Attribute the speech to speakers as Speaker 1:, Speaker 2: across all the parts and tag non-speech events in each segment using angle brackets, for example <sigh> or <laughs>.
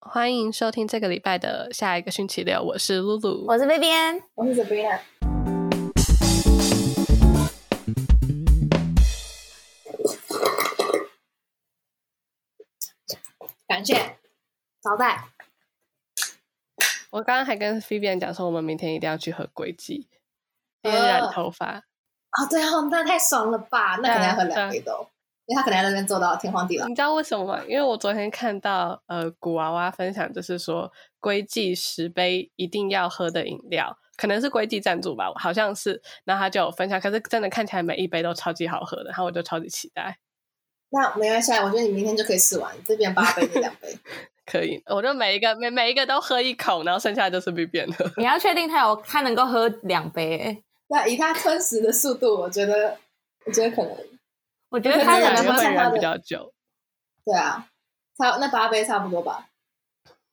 Speaker 1: 欢迎收听这个礼拜的下一个星期六，我是露露，
Speaker 2: 我是 B B N，
Speaker 3: 我是 Sabrina。感谢，招待。
Speaker 1: 我刚刚还跟 B B N 讲说，我们明天一定要去喝龟记，因为
Speaker 2: 啊
Speaker 1: 染头发。
Speaker 3: 哦，对哦，那太爽了吧！那可能要喝两杯都，因为他可能在那边做到天荒地老
Speaker 1: 你。知道为什么吗？因为我昨天看到呃古娃娃分享，就是说龟记十杯一定要喝的饮料，可能是龟记赞助吧，好像是。然后他就有分享，可是真的看起来每一杯都超级好喝的，然后我就超级期待。
Speaker 3: 那没关系，啊，我觉得你明天就可以试完，这边八杯，那两杯。 <laughs>
Speaker 1: 可以，我就每一个每每一个都喝一口，然后剩下的就是 B B N 的。
Speaker 2: 你要确定他有他能够喝两杯欸，
Speaker 3: 那以他吞食的速度，我觉得，我觉得可能，
Speaker 2: 我
Speaker 1: <laughs>
Speaker 2: 觉
Speaker 1: 因
Speaker 2: 得
Speaker 1: 为
Speaker 2: 他
Speaker 1: 他两
Speaker 2: 可
Speaker 3: 可能
Speaker 2: 能
Speaker 1: 个
Speaker 3: 两
Speaker 2: 喝
Speaker 1: 会
Speaker 3: 上
Speaker 1: 染
Speaker 3: 到
Speaker 1: 比
Speaker 3: 的
Speaker 1: 较久，
Speaker 3: 对啊，差那八杯差不多吧，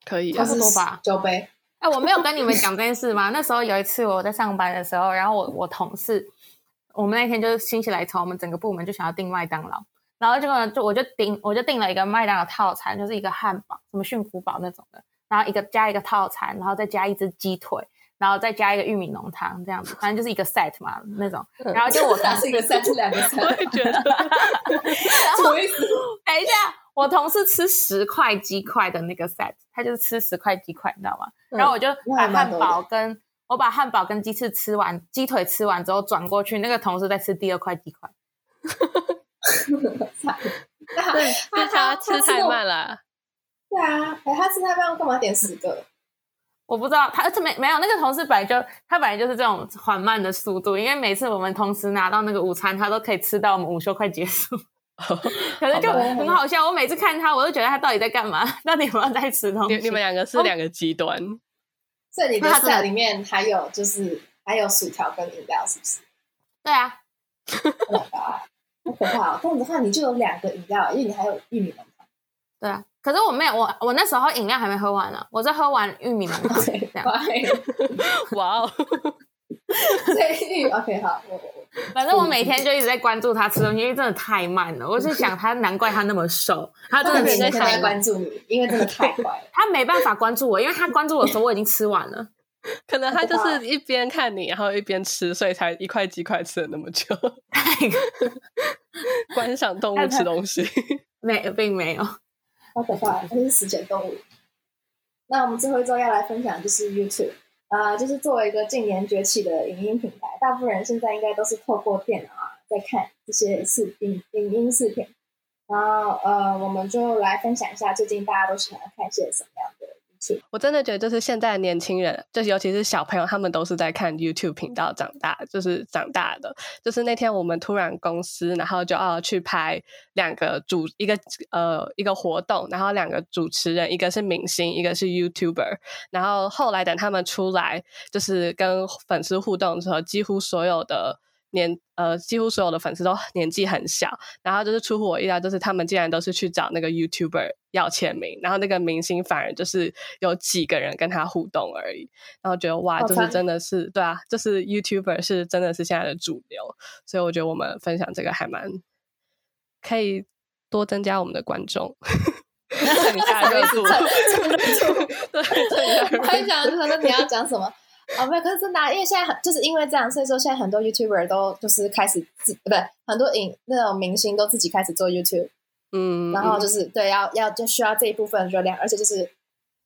Speaker 1: 可以、
Speaker 2: 差
Speaker 1: 啊 <laughs>
Speaker 2: 不。
Speaker 3: 是
Speaker 2: 多吧
Speaker 3: 九杯。
Speaker 2: 哎、我没有跟你们讲这件事吗？那时候有一次我在上班的时候，然后我我同事，我们那天就是心血来潮，我们整个部门就想要订麦当劳，然后结果呢，就我就订我就订了一个麦当劳套餐，就是一个汉堡，什么驯服堡那种的，然后一个加一个套餐，然后再加一只鸡腿，然后再加一个玉米浓汤这样子，反正就是一个 set 嘛那种。然后就我同
Speaker 3: 打嗯 <laughs> 是一个三，是两个三，
Speaker 1: 我也觉得，
Speaker 2: 啊
Speaker 3: 什么意思？
Speaker 2: 等一下，我同事吃十块鸡块的那个 set，他就是吃十块鸡块，你知道吗？
Speaker 1: 嗯
Speaker 2: 然后我就把
Speaker 3: 那还
Speaker 2: 汉
Speaker 3: 蛮多的
Speaker 2: 堡跟我把汉堡跟鸡翅吃完，鸡腿吃完之后转过去，那个同事在吃第二块鸡块。
Speaker 3: 那
Speaker 1: <laughs> 这他
Speaker 3: 他
Speaker 1: 吃太慢 <laughs> 了。
Speaker 3: 对啊，哎，他吃太慢，干嘛点十个？
Speaker 2: 我不知道他而且没没有那个同事本来就他本来就是这种缓慢的速度，因为每次我们同时拿到那个午餐，他都可以吃到我们午休快结束。 <laughs> 可是就
Speaker 1: 好吧
Speaker 2: 很好笑，我每次看他，我都觉得他到底在干嘛？ <laughs> 到底有没有在吃东
Speaker 1: 你 <laughs>
Speaker 2: 西？
Speaker 1: 你们两个是两个极端，
Speaker 3: 所以你的
Speaker 2: 那他真的
Speaker 3: set 里面还有就是还有薯条跟饮料，是不是？
Speaker 2: 对啊，
Speaker 3: Oh my god，好可怕哦！这样的话，你就有两个饮料，因为你还有玉米
Speaker 2: <laughs>
Speaker 3: 浓汤。
Speaker 2: 对啊，可是我没有，我我那时候饮料还没喝完呢、我在喝完玉米浓汤，这样。
Speaker 3: 对，
Speaker 1: <laughs> 哇哦！
Speaker 3: 所以玉 OK 好，我我
Speaker 2: 反正我每天就一直在关注他吃东西，因为真的太慢了。我是想他，难怪他那么瘦，他真
Speaker 3: 我
Speaker 2: 的
Speaker 3: 每
Speaker 2: 吃
Speaker 3: 天都
Speaker 2: 太
Speaker 3: 在
Speaker 2: 慢，
Speaker 3: 关注你，因为真的太快了。
Speaker 2: 他没办法关注我，因为他关注我的时候我已经吃完 <laughs> 了。
Speaker 1: 可能他就是一边看你，然后一边吃，所以才一块几块吃了那么久。 <laughs> 观赏动物吃东西，
Speaker 2: 没，并没有。
Speaker 3: 好可怕，它是食犬动物。那我们最后一周要来分享就是 YouTube 啊、就是作为一个近年崛起的影音平台，大部分人现在应该都是透过电脑啊在看这些视影影音视频。然后呃，我们就来分享一下最近大家都喜欢看些什么样的 <laughs> YouTube。
Speaker 1: <laughs> 我真的觉得就是现在的年轻人，就是尤其是小朋友，他们都是在看 YouTube 频道长大，就是长大的。就是那天我们突然公司，然后就要去拍两个主一个呃一个活动，然后两个主持人，一个是明星，一个是 YouTuber。然后后来等他们出来，就是跟粉丝互动的时候，几乎所有的年呃几乎所有的粉丝都年纪很小，然后就是出乎我意料，就是他们竟然都是去找那个 YouTuber 要签名，然后那个明星反而就是有几个人跟他互动而已，然后觉得哇，
Speaker 3: 好
Speaker 1: 就是
Speaker 3: 惨
Speaker 1: 真的是对啊，就是 YouTuber 是真的是现在的主流，所以我觉得我们分享这个还蛮可以多增加我们的观众。 <laughs> 蹭一下热度， <laughs> 对，啊蹭一下热
Speaker 3: 我
Speaker 1: 度。
Speaker 3: 很想想说你要讲什么。哦，没有，可是真的啊、因为现在很就是因为这样，所以说现在很多 YouTuber 都就是开始自，不对，很多影那种明星都自己开始做 YouTube，
Speaker 1: 嗯，
Speaker 3: 然后就是对，要要就需要这一部分热量，而且就是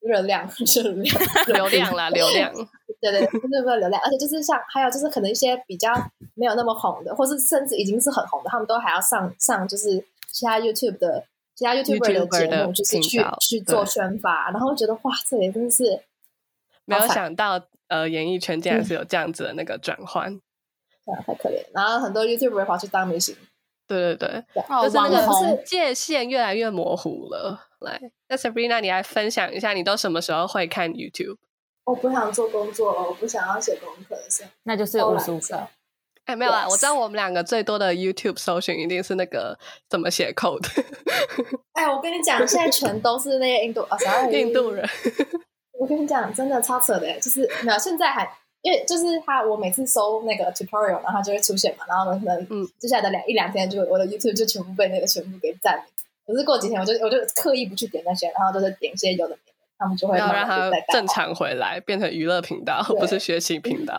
Speaker 3: 热量 <laughs> 热量，
Speaker 1: 嗯流量啦，流
Speaker 3: <laughs>
Speaker 1: 量，
Speaker 3: 对对，对就是为了流量，而且就是像还有就是可能一些比较没有那么红的，或是甚至已经是很红的，他们都还要上上就是其他 YouTube 的其他 YouTuber 的
Speaker 1: YouTuber
Speaker 3: 节
Speaker 1: 的
Speaker 3: 目，就是去
Speaker 1: 频道
Speaker 3: 去
Speaker 1: 对
Speaker 3: 做宣发，然后觉得哇，这也真的是
Speaker 1: 没有
Speaker 3: 好惨嗯
Speaker 1: 想到呃，演艺圈竟然是有这样子的那个转换。
Speaker 3: 对啊太可怜，然后很多 YouTuber 跑去当明星。
Speaker 1: 对对对，
Speaker 2: 哦，
Speaker 1: 就是那
Speaker 2: 网红
Speaker 1: 个界限越来越模糊了。来，那 Sabrina，你来分享一下，你都什么时候会看 YouTube？
Speaker 3: 我不想做工作，我不想要写功课，是
Speaker 2: 那就是
Speaker 3: 偷
Speaker 2: 无
Speaker 3: 懒
Speaker 2: 时无
Speaker 3: 是
Speaker 2: 刻
Speaker 3: 吧。
Speaker 1: 哎，没有啦，
Speaker 3: Yes
Speaker 1: 我知道我们两个最多的 YouTube 搜寻一定是那个怎么写 code，
Speaker 3: 哎，我跟你讲，现在全都是那些印度啊，啥、
Speaker 1: 印度人。
Speaker 3: 我跟你讲，真的超扯的，就是没有现在还。因为就是他，我每次搜那个 tutorial，然后它就会出现嘛，然后呢，可
Speaker 1: 嗯
Speaker 3: 能接下来的两一两天就，我的 YouTube 就全部被那个全部给占领。可是过几天，我就我就刻意不去点那些，然后就是点一些有的没的，他们就会
Speaker 1: 要
Speaker 3: 慢
Speaker 1: 让
Speaker 3: 慢
Speaker 1: 它
Speaker 3: 地再改
Speaker 1: 正常回来，变成娱乐频道，
Speaker 3: 对
Speaker 1: 不是学习频道。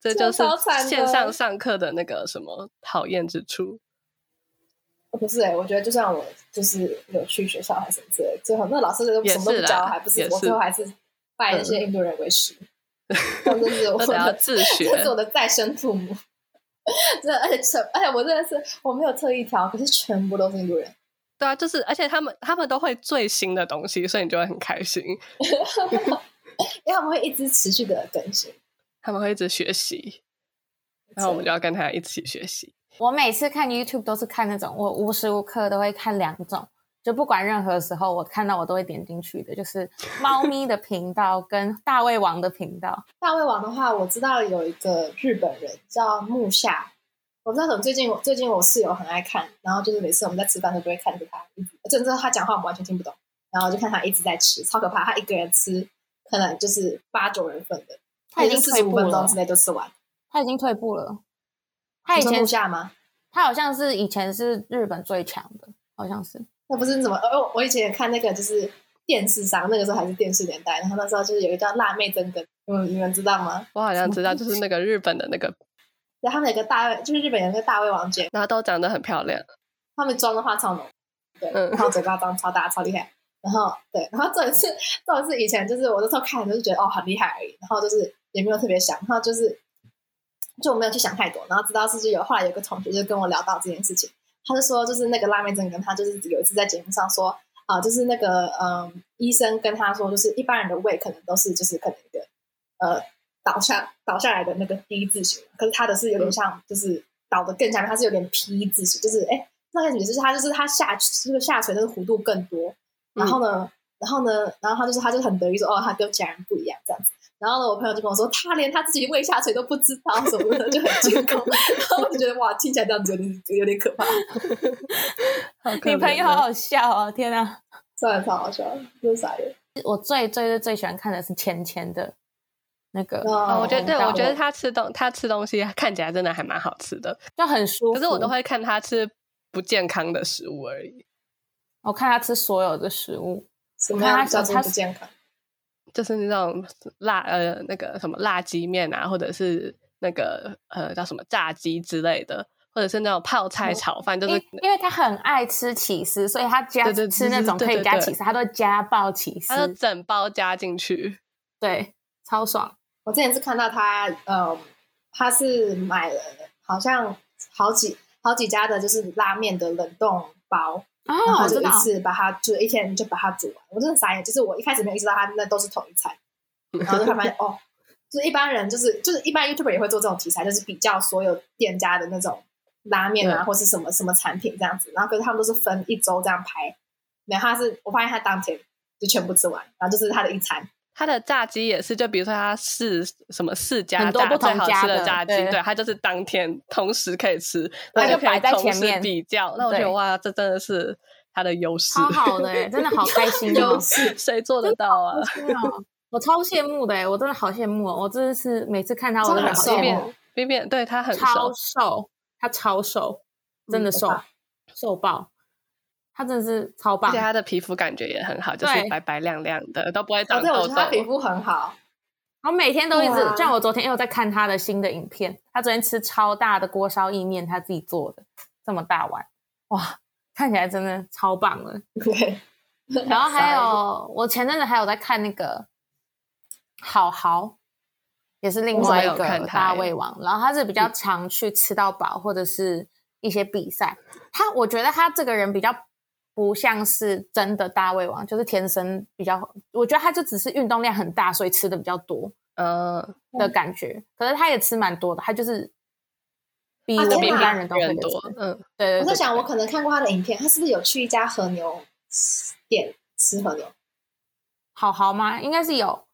Speaker 1: 这
Speaker 3: 这
Speaker 1: 就是
Speaker 3: 超惨的
Speaker 1: 线上上课的那个什么讨厌之处。
Speaker 3: 好。不是、欸，我觉得就算我就是有去学校还是什么之类的，最后那老师都
Speaker 1: 也
Speaker 3: 什么都
Speaker 1: 是
Speaker 3: 不
Speaker 1: 啦
Speaker 3: 教，还不是
Speaker 1: 也
Speaker 3: 我最
Speaker 1: 是嗯
Speaker 3: 后还是拜那些印度人为
Speaker 1: <laughs>
Speaker 3: 师，这就是我
Speaker 1: 那得要
Speaker 3: 的
Speaker 1: 自学，
Speaker 3: 这是我的再生父母。真的，而且全，而且我真的是我没有特意挑，可是全部都是印度人。
Speaker 1: 对啊，就是而且他们他们都会最新的东西，所以你就会很开心。
Speaker 3: 因为他们会一直持续的更新。
Speaker 1: 他们会一直学习，然后我们就要跟他一起学习。
Speaker 2: 我每次看 YouTube 都是看那种，我无时无刻都会看两种，就不管任何时候我看到我都会点进去的，就是猫咪的频道跟大胃王的频道。
Speaker 3: 大胃王的话，我知道有一个日本人叫木下，我不知道怎么最近我最近我室友很爱看，然后就是每次我们在吃饭的时候都会看着他，一直甚至他讲话我们完全听不懂，然后就看他一直在吃，超可怕，他一个人吃可能就是八九人份的，
Speaker 2: 他已经
Speaker 3: 四
Speaker 2: 退
Speaker 3: 十五
Speaker 2: 步
Speaker 3: 分钟
Speaker 2: 了
Speaker 3: 之，内就吃完。
Speaker 2: 他已经退步了。他以
Speaker 3: 你说
Speaker 2: 前
Speaker 3: 木下吗？
Speaker 2: 他好像是以前是日本最强的，好像是。
Speaker 3: 那不是你怎么？呃，我我以前也看那个就是电视上，那个时候还是电视年代，然后那时候就是有一个叫辣妹真根，嗯，你们知道吗？
Speaker 1: 我好像知道，就是那个日本的那个，
Speaker 3: 然后他们有个大胃，就是日本有一个大胃王节目，
Speaker 1: 然后都长得很漂亮。
Speaker 3: 他们妆的话超浓，对，
Speaker 1: 嗯
Speaker 3: 然后嘴巴张超大，超厉害。然后对，然后这一次，这一次以前就是我那时候看，就是觉得哦很厉害而已，然后就是也没有特别想，然后就是就没有去想太多，然后直到是就有后来有个同学就跟我聊到这件事情，他就说就是那个辣妹真跟他就是有一次在节目上说啊、就是那个嗯医生跟他说，就是一般人的胃可能都是就是可能一个呃倒下倒下来的那个 D 字形，可是他的是有点像就是倒的更下面，它是有点 P 字形，就是哎那个解释是他就是他下这个下垂的弧度更多，然后呢，然后呢，然后他就是他就很得意说哦，他跟其他人不一样这样子。然后呢，我朋友就跟我说，他连他自己胃下垂都不知道什么的，就很惊恐。 <laughs> 然后我就觉得哇，听起来这样子有点有点可怕，
Speaker 1: 好可
Speaker 2: 你朋
Speaker 1: 怜
Speaker 2: 友好
Speaker 1: 哦
Speaker 2: 好笑哦！天啊，
Speaker 3: 真的超好笑，真傻眼。
Speaker 2: 我最最最最喜欢看的是芊芊的那个，呃
Speaker 3: 哦
Speaker 1: 哦，我觉得对，我觉得他
Speaker 3: 他。
Speaker 1: 吃东他吃东西看起来真的还蛮好吃的，
Speaker 2: 就很舒服。
Speaker 1: 可是我都会看他吃不健康的食物而已，
Speaker 2: 我看他吃所有的食物，
Speaker 3: 什么样叫做不健康？
Speaker 1: 就是那种辣呃那个什么辣鸡面啊，或者是那个呃叫什么炸鸡之类的，或者是那种泡
Speaker 2: 哦
Speaker 1: 菜炒饭，就
Speaker 2: 因
Speaker 1: 是 <laughs>
Speaker 2: 因为他很爱吃起司，所以他加
Speaker 1: 对对对
Speaker 2: 吃那种
Speaker 1: 对
Speaker 2: 可
Speaker 1: 对
Speaker 2: 以加
Speaker 1: 对
Speaker 2: 起司，他都加爆起
Speaker 1: 他就
Speaker 2: 司，
Speaker 1: 整包加进去。
Speaker 2: 对，超爽。
Speaker 3: 我之前是看到他，呃，他是买了好像好几好几家的，就是拉面的冷冻包，
Speaker 2: 哦
Speaker 3: 然，后
Speaker 2: 我
Speaker 3: 就
Speaker 2: 知
Speaker 3: 一
Speaker 2: 道，
Speaker 3: 次把它，就一天就把它煮完。我真的傻眼，就是我一开始没有意识到它那都是同一餐，
Speaker 1: 嗯
Speaker 3: 然后就
Speaker 1: <laughs>
Speaker 3: 发
Speaker 2: <laughs>
Speaker 3: 现哦，就是一般人就是就是一般 YouTuber 也会做这种题材，就是比较所有店家的那种拉面啊
Speaker 1: 对
Speaker 3: 或是什么什么产品这样子，然后可是他们都是分一周这样拍，然后他是我发现他当天就全部吃完，然后就是他的一餐。
Speaker 1: 他的炸鸡也是，就比如说他试什么四家
Speaker 2: 很多
Speaker 1: 炸
Speaker 2: 不同
Speaker 1: 最好
Speaker 2: 家
Speaker 1: 吃
Speaker 2: 的
Speaker 1: 的炸鸡，
Speaker 2: 对
Speaker 1: 对他就是当天同时可以吃，
Speaker 2: 他
Speaker 1: 然后
Speaker 2: 就
Speaker 1: 就可
Speaker 2: 摆
Speaker 1: 以
Speaker 2: 在
Speaker 1: 同
Speaker 2: 前
Speaker 1: 时
Speaker 2: 面
Speaker 1: 比较。那我觉
Speaker 2: 对
Speaker 1: 得哇，这真的是他的优势
Speaker 2: 超，好的耶，真的好开心哦
Speaker 3: 优！
Speaker 1: <laughs>
Speaker 3: 势，
Speaker 1: 谁做得到啊？
Speaker 2: 对啊我超羡慕的耶，欸我真的好羡慕哦！我真的是每次看他，我
Speaker 3: 真
Speaker 2: 真
Speaker 3: 的
Speaker 2: 的
Speaker 3: 很
Speaker 2: 好
Speaker 3: 瘦
Speaker 2: 羡慕，
Speaker 1: 便便便对他很
Speaker 2: 超
Speaker 1: 熟，
Speaker 2: 瘦，他超瘦，真的
Speaker 3: 嗯
Speaker 2: 瘦，瘦爆，他真的是超
Speaker 1: 而
Speaker 2: 棒
Speaker 1: 且。他的皮肤感觉也很好，就是
Speaker 2: 对
Speaker 1: 白白亮亮的，都不会
Speaker 3: 哦，
Speaker 1: 长
Speaker 3: 对，我
Speaker 1: 痘
Speaker 3: 觉得他皮
Speaker 1: 痘。
Speaker 3: 肤很好，
Speaker 2: 我每天都一
Speaker 3: 对
Speaker 2: 直
Speaker 3: 啊，
Speaker 2: 像我昨天又在看他的新的影片，他昨天吃超大的锅烧意面，他自己做的，这么大碗，哇，看起来真的超棒了。
Speaker 3: 对。
Speaker 2: 然后还有，我前阵子还有在看那个好好，也是另外一
Speaker 1: 我没有看
Speaker 2: 个
Speaker 1: 他
Speaker 2: 大
Speaker 1: 耶
Speaker 2: 胃王，然后他是比较常去吃到饱或者是一些比赛。他我觉得他这个人比较不像是真的大胃王，就是天生比较，我觉得他就只是运动量很大，所以吃的比较多。
Speaker 1: 嗯，
Speaker 2: 的感觉。可是他也吃蛮多的，他就是比
Speaker 3: 啊
Speaker 2: 我们
Speaker 1: 呃比
Speaker 2: 一
Speaker 3: 天哪
Speaker 2: 般人都会
Speaker 1: 人
Speaker 2: 的
Speaker 1: 多
Speaker 2: 吃。，
Speaker 1: 嗯，
Speaker 2: 对对对，
Speaker 3: 我在想，
Speaker 2: 对
Speaker 3: 我可能看过他的影片，他是不是有去一家和牛店吃和牛？
Speaker 2: 好好吗？应该是有，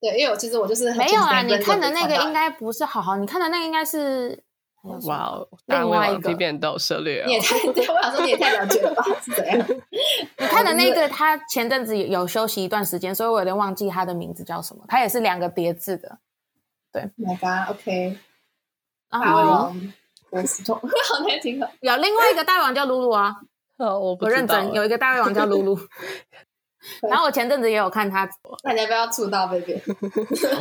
Speaker 3: 对，因为我其实我就是很
Speaker 2: 没有啊？
Speaker 3: 前几
Speaker 2: 你
Speaker 3: 天
Speaker 2: 看的
Speaker 3: 跟
Speaker 2: 那
Speaker 3: 着
Speaker 2: 个应
Speaker 3: 看到
Speaker 2: 该不是好好，你看的那个应该是哎
Speaker 1: 哇哦，
Speaker 2: 嗯另
Speaker 1: 大胃
Speaker 2: 外一
Speaker 1: 王
Speaker 2: 个
Speaker 1: 皮便都有涉猎哦
Speaker 3: 你
Speaker 1: <laughs>
Speaker 3: 也太对，我想说你也太了解了吧？是怎样？
Speaker 2: 你看的那
Speaker 3: 就是
Speaker 2: 个，他前阵子有有休息一段时间，所以我有点忘记他的名字叫什么。他也是两个叠字的，
Speaker 3: My God，OK，
Speaker 2: 然
Speaker 3: 大
Speaker 1: <laughs>
Speaker 3: 胃
Speaker 2: 后
Speaker 3: 王，我是痛，好难听啊！
Speaker 1: <laughs>
Speaker 2: 有另外一个大胃王叫露露啊，
Speaker 1: 哦，我不
Speaker 2: 我
Speaker 1: 知
Speaker 2: 认
Speaker 1: 道
Speaker 2: 真有一个大胃王叫露露， <laughs> 然后我前阵子也有
Speaker 1: <laughs>
Speaker 2: 看他，
Speaker 3: 那你要不要出道贝贝？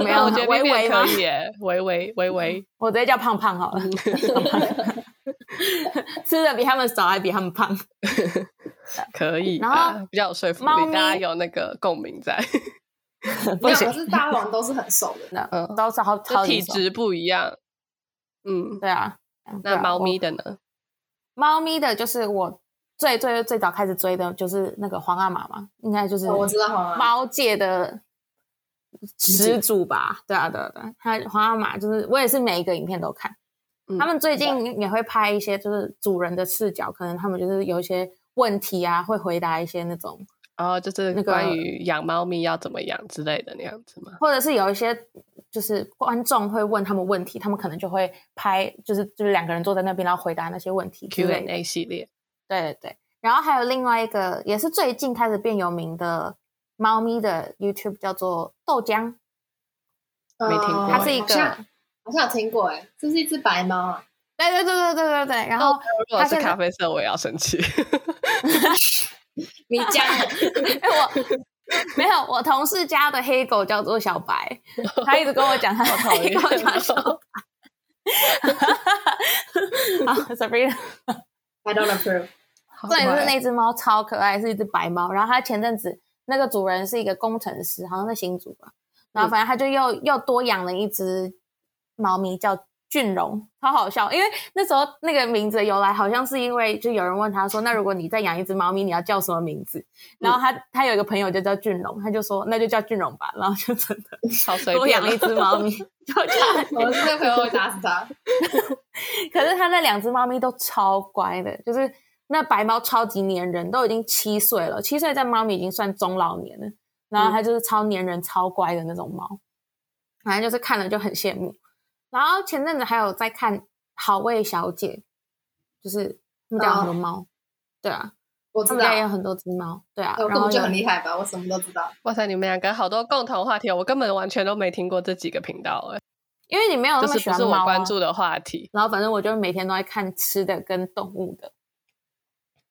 Speaker 2: 没有啊
Speaker 1: 我觉得
Speaker 2: 微
Speaker 1: B
Speaker 2: 微
Speaker 1: 变
Speaker 2: 吗
Speaker 1: 可以耶，微微微
Speaker 2: <laughs>
Speaker 1: 微，
Speaker 2: 我直接叫胖胖
Speaker 1: <laughs>
Speaker 2: 好了，吃的比他们少还比他们胖。
Speaker 1: 可以
Speaker 2: 然
Speaker 1: 吧，
Speaker 2: 后
Speaker 1: 比较有说服
Speaker 2: 猫
Speaker 1: 力，
Speaker 2: 咪
Speaker 1: 大家有那个共鸣在，
Speaker 3: 没
Speaker 2: 不
Speaker 3: 有，
Speaker 2: 行
Speaker 3: 可是大王都是很瘦
Speaker 1: <laughs>
Speaker 3: 的。
Speaker 2: 那
Speaker 1: 嗯
Speaker 2: 都是好超
Speaker 1: 就
Speaker 2: 级
Speaker 1: 体
Speaker 2: 瘦
Speaker 1: 质不一样。嗯，
Speaker 2: 对啊。对
Speaker 1: 那
Speaker 2: 啊
Speaker 1: 猫咪，
Speaker 2: 我
Speaker 1: 的呢？
Speaker 2: 猫咪的就是我最最最早开始追的就是那个皇阿玛嘛，应该
Speaker 1: 嗯
Speaker 2: 就是
Speaker 3: 哦我知道黄阿
Speaker 2: 猫界的始祖吧？对啊，对啊，对啊，他皇阿玛就是我也是每一个影片都看，
Speaker 1: 嗯
Speaker 2: 他们最近也会拍一些就是主人的视角，可能他们就是有一些问题啊，会回答一些那种，
Speaker 1: 然后哦就是
Speaker 2: 那个
Speaker 1: 关于养猫咪要怎么养之类的那样子吗？
Speaker 2: 或者是有一些就是观众会问他们问题，他们可能就会拍，就是就是两个人坐在那边，然后回答那些问题之类的。
Speaker 1: Q&A 系列，
Speaker 2: 对对对，然后还有另外一个也是最近开始变有名的猫咪的 YouTube 叫做豆浆，
Speaker 3: 玛
Speaker 1: 没听过
Speaker 3: 哦
Speaker 2: 它是一
Speaker 3: 好像
Speaker 2: 个。
Speaker 3: 好像有听过哎，这是一只白猫啊，
Speaker 2: 对对对对对对对，然后
Speaker 1: 如果
Speaker 2: 它
Speaker 1: 是
Speaker 2: 现在
Speaker 1: 咖啡色，我也要生气。
Speaker 3: 你
Speaker 1: <laughs>
Speaker 3: 家
Speaker 2: 因为我没有，我同事家的黑狗叫做
Speaker 1: <laughs>
Speaker 2: 小白，他一直跟我讲他
Speaker 1: 讨厌
Speaker 2: 黑狗叫
Speaker 1: <laughs>
Speaker 2: 小白。 <laughs> 啊，Sabrina，
Speaker 3: I don't approve。
Speaker 1: <laughs> 重
Speaker 2: 重点是那只猫超可爱，是一只白猫。然后它前阵子那个主人是一个工程师，好像在新竹吧。然后反正他就又又多养了一只猫咪，叫俊荣，超好笑。因为那时候那个名字的由来，好像是因为就有人问他说：“那如果你再养一只猫咪，你要叫什么名字？”然后他他有一个朋友就叫俊荣，他就说：“那就叫俊荣吧。”然后就真的
Speaker 1: 好随
Speaker 2: 多
Speaker 1: 便
Speaker 2: 养
Speaker 1: 了
Speaker 2: 了一只猫咪，就叫
Speaker 3: 我的那个朋友会打死他。
Speaker 2: 可是他那两只猫咪都超乖的，就是那白猫超级粘人，都已经七岁了，七岁在猫咪已经算中老年了。然后它就是超粘人、超乖的那种猫，反正就是看了就很羡慕。然后前阵子还有在看好味小姐，就是他们家有很多猫，对啊，
Speaker 3: 我
Speaker 2: 他
Speaker 3: 知
Speaker 2: 们家也
Speaker 3: 道
Speaker 2: 有，很多只猫，对啊，
Speaker 3: 我
Speaker 2: 然
Speaker 3: 根
Speaker 2: 后
Speaker 3: 本就
Speaker 2: 有
Speaker 3: 很厉害吧，我什么都知道。
Speaker 1: 哇塞，你们两个好多共同话题哦，我根本完全都没听过这几个频道，哎，
Speaker 2: 因为你没有
Speaker 3: 哦
Speaker 1: 就
Speaker 2: 那么
Speaker 1: 是
Speaker 2: 喜
Speaker 1: 不
Speaker 2: 欢
Speaker 1: 是
Speaker 2: 猫、
Speaker 1: 我
Speaker 2: 啊，
Speaker 1: 关注的话题。
Speaker 2: 然后反正我就每天都在看吃的跟动物的，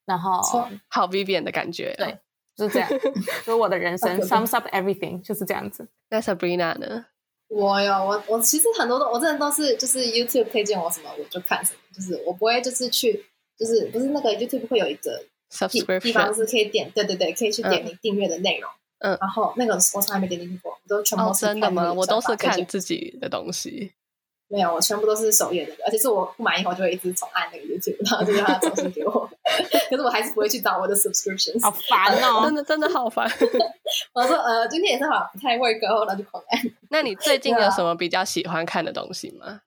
Speaker 2: 然后
Speaker 3: 错
Speaker 1: 好 Vivian 的感觉。哦
Speaker 2: 对，就
Speaker 1: <laughs>
Speaker 2: 是这样，就是我的人生 sums up everything，就是这样子。
Speaker 1: 那 Sabrina 呢？
Speaker 3: 我有我我其实很多都我真的都是就是 YouTube 推荐我什么我就看什么，就是我不会就是去就是不是那个 YouTube 会有一个地地方
Speaker 1: subscription
Speaker 3: 是可以点，对对对，可以去点你订阅的内容。
Speaker 1: 嗯
Speaker 3: 然后那个我从来没点进去过，我都全部
Speaker 1: 哦
Speaker 3: 都，是
Speaker 1: 真的
Speaker 3: 看那
Speaker 1: 吗？
Speaker 3: 个
Speaker 1: 我都是
Speaker 3: 转发推
Speaker 1: 看
Speaker 3: 荐
Speaker 1: 自己的东西，
Speaker 3: 没有，我全部都是首页的，而且是我不满意后就会一直重按那个 YouTube，然后就让它重新给
Speaker 1: <laughs>
Speaker 3: 我。可是我还是不会去找我的 subscriptions
Speaker 2: 好。烦
Speaker 1: 真
Speaker 2: 哦！
Speaker 1: 的真的好
Speaker 3: <laughs>
Speaker 1: 烦。
Speaker 3: 我说呃，今天也是好像不太 work，然后就狂 <laughs> 哎按。
Speaker 1: 那你最近
Speaker 3: 对
Speaker 1: 有
Speaker 3: 啊
Speaker 1: 什么比较喜欢看的东西吗？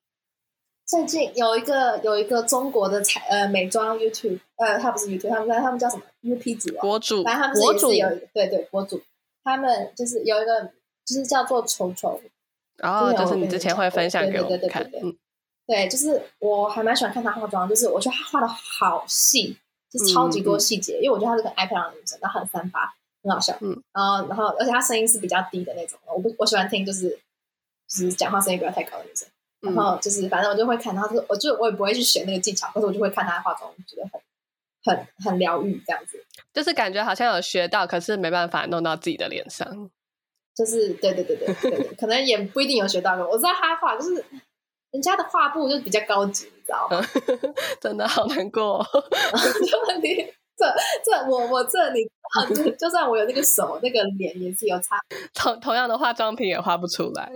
Speaker 3: 最近有一个有一个中国的彩呃美妆 YouTube，呃，它不是 YouTube，他们叫他们叫什么 UP 主哦，
Speaker 1: 博主
Speaker 3: 反正他们
Speaker 2: 博
Speaker 3: 是也
Speaker 2: 主
Speaker 3: 是有对对博主，他们就是有一个就是叫做球球，
Speaker 1: 然后
Speaker 3: 对
Speaker 1: 哦就是
Speaker 3: 我
Speaker 1: 你
Speaker 3: 跟
Speaker 1: 之
Speaker 3: 你
Speaker 1: 前
Speaker 3: 讲
Speaker 1: 会
Speaker 3: 过
Speaker 1: 分享
Speaker 3: 对
Speaker 1: 给
Speaker 3: 对
Speaker 1: 我
Speaker 3: 对
Speaker 1: 们
Speaker 3: 对
Speaker 1: 看
Speaker 3: 对，对
Speaker 1: 嗯，
Speaker 3: 对，就是我还蛮喜欢看她化妆，就是我觉得她画的好细，就是超级多细节，因为我觉得她是个爱漂亮的女生，然后很三八，很好笑。
Speaker 1: 嗯，
Speaker 3: 然后然后而且她声音是比较低的那种，我不我喜欢听就是就是讲话声音不要太高的女生。然后就是反正我就会看她，就是我就我也不会去学那个技巧，可是我就会看她化妆，我觉得很很很疗愈这样子。
Speaker 1: 就是感觉好像有学到，可是没办法弄到自己的脸上。
Speaker 3: 就是对对对对对对，可能也不一定有学到的。我知道她画就是人家的画布就是比较高级，你知道吗？
Speaker 1: 真的好难过哦、 <laughs>
Speaker 3: 就你这这我我这你啊，就就算我有那个手那个脸也是有差，
Speaker 1: 同同样的化妆品也画不出来。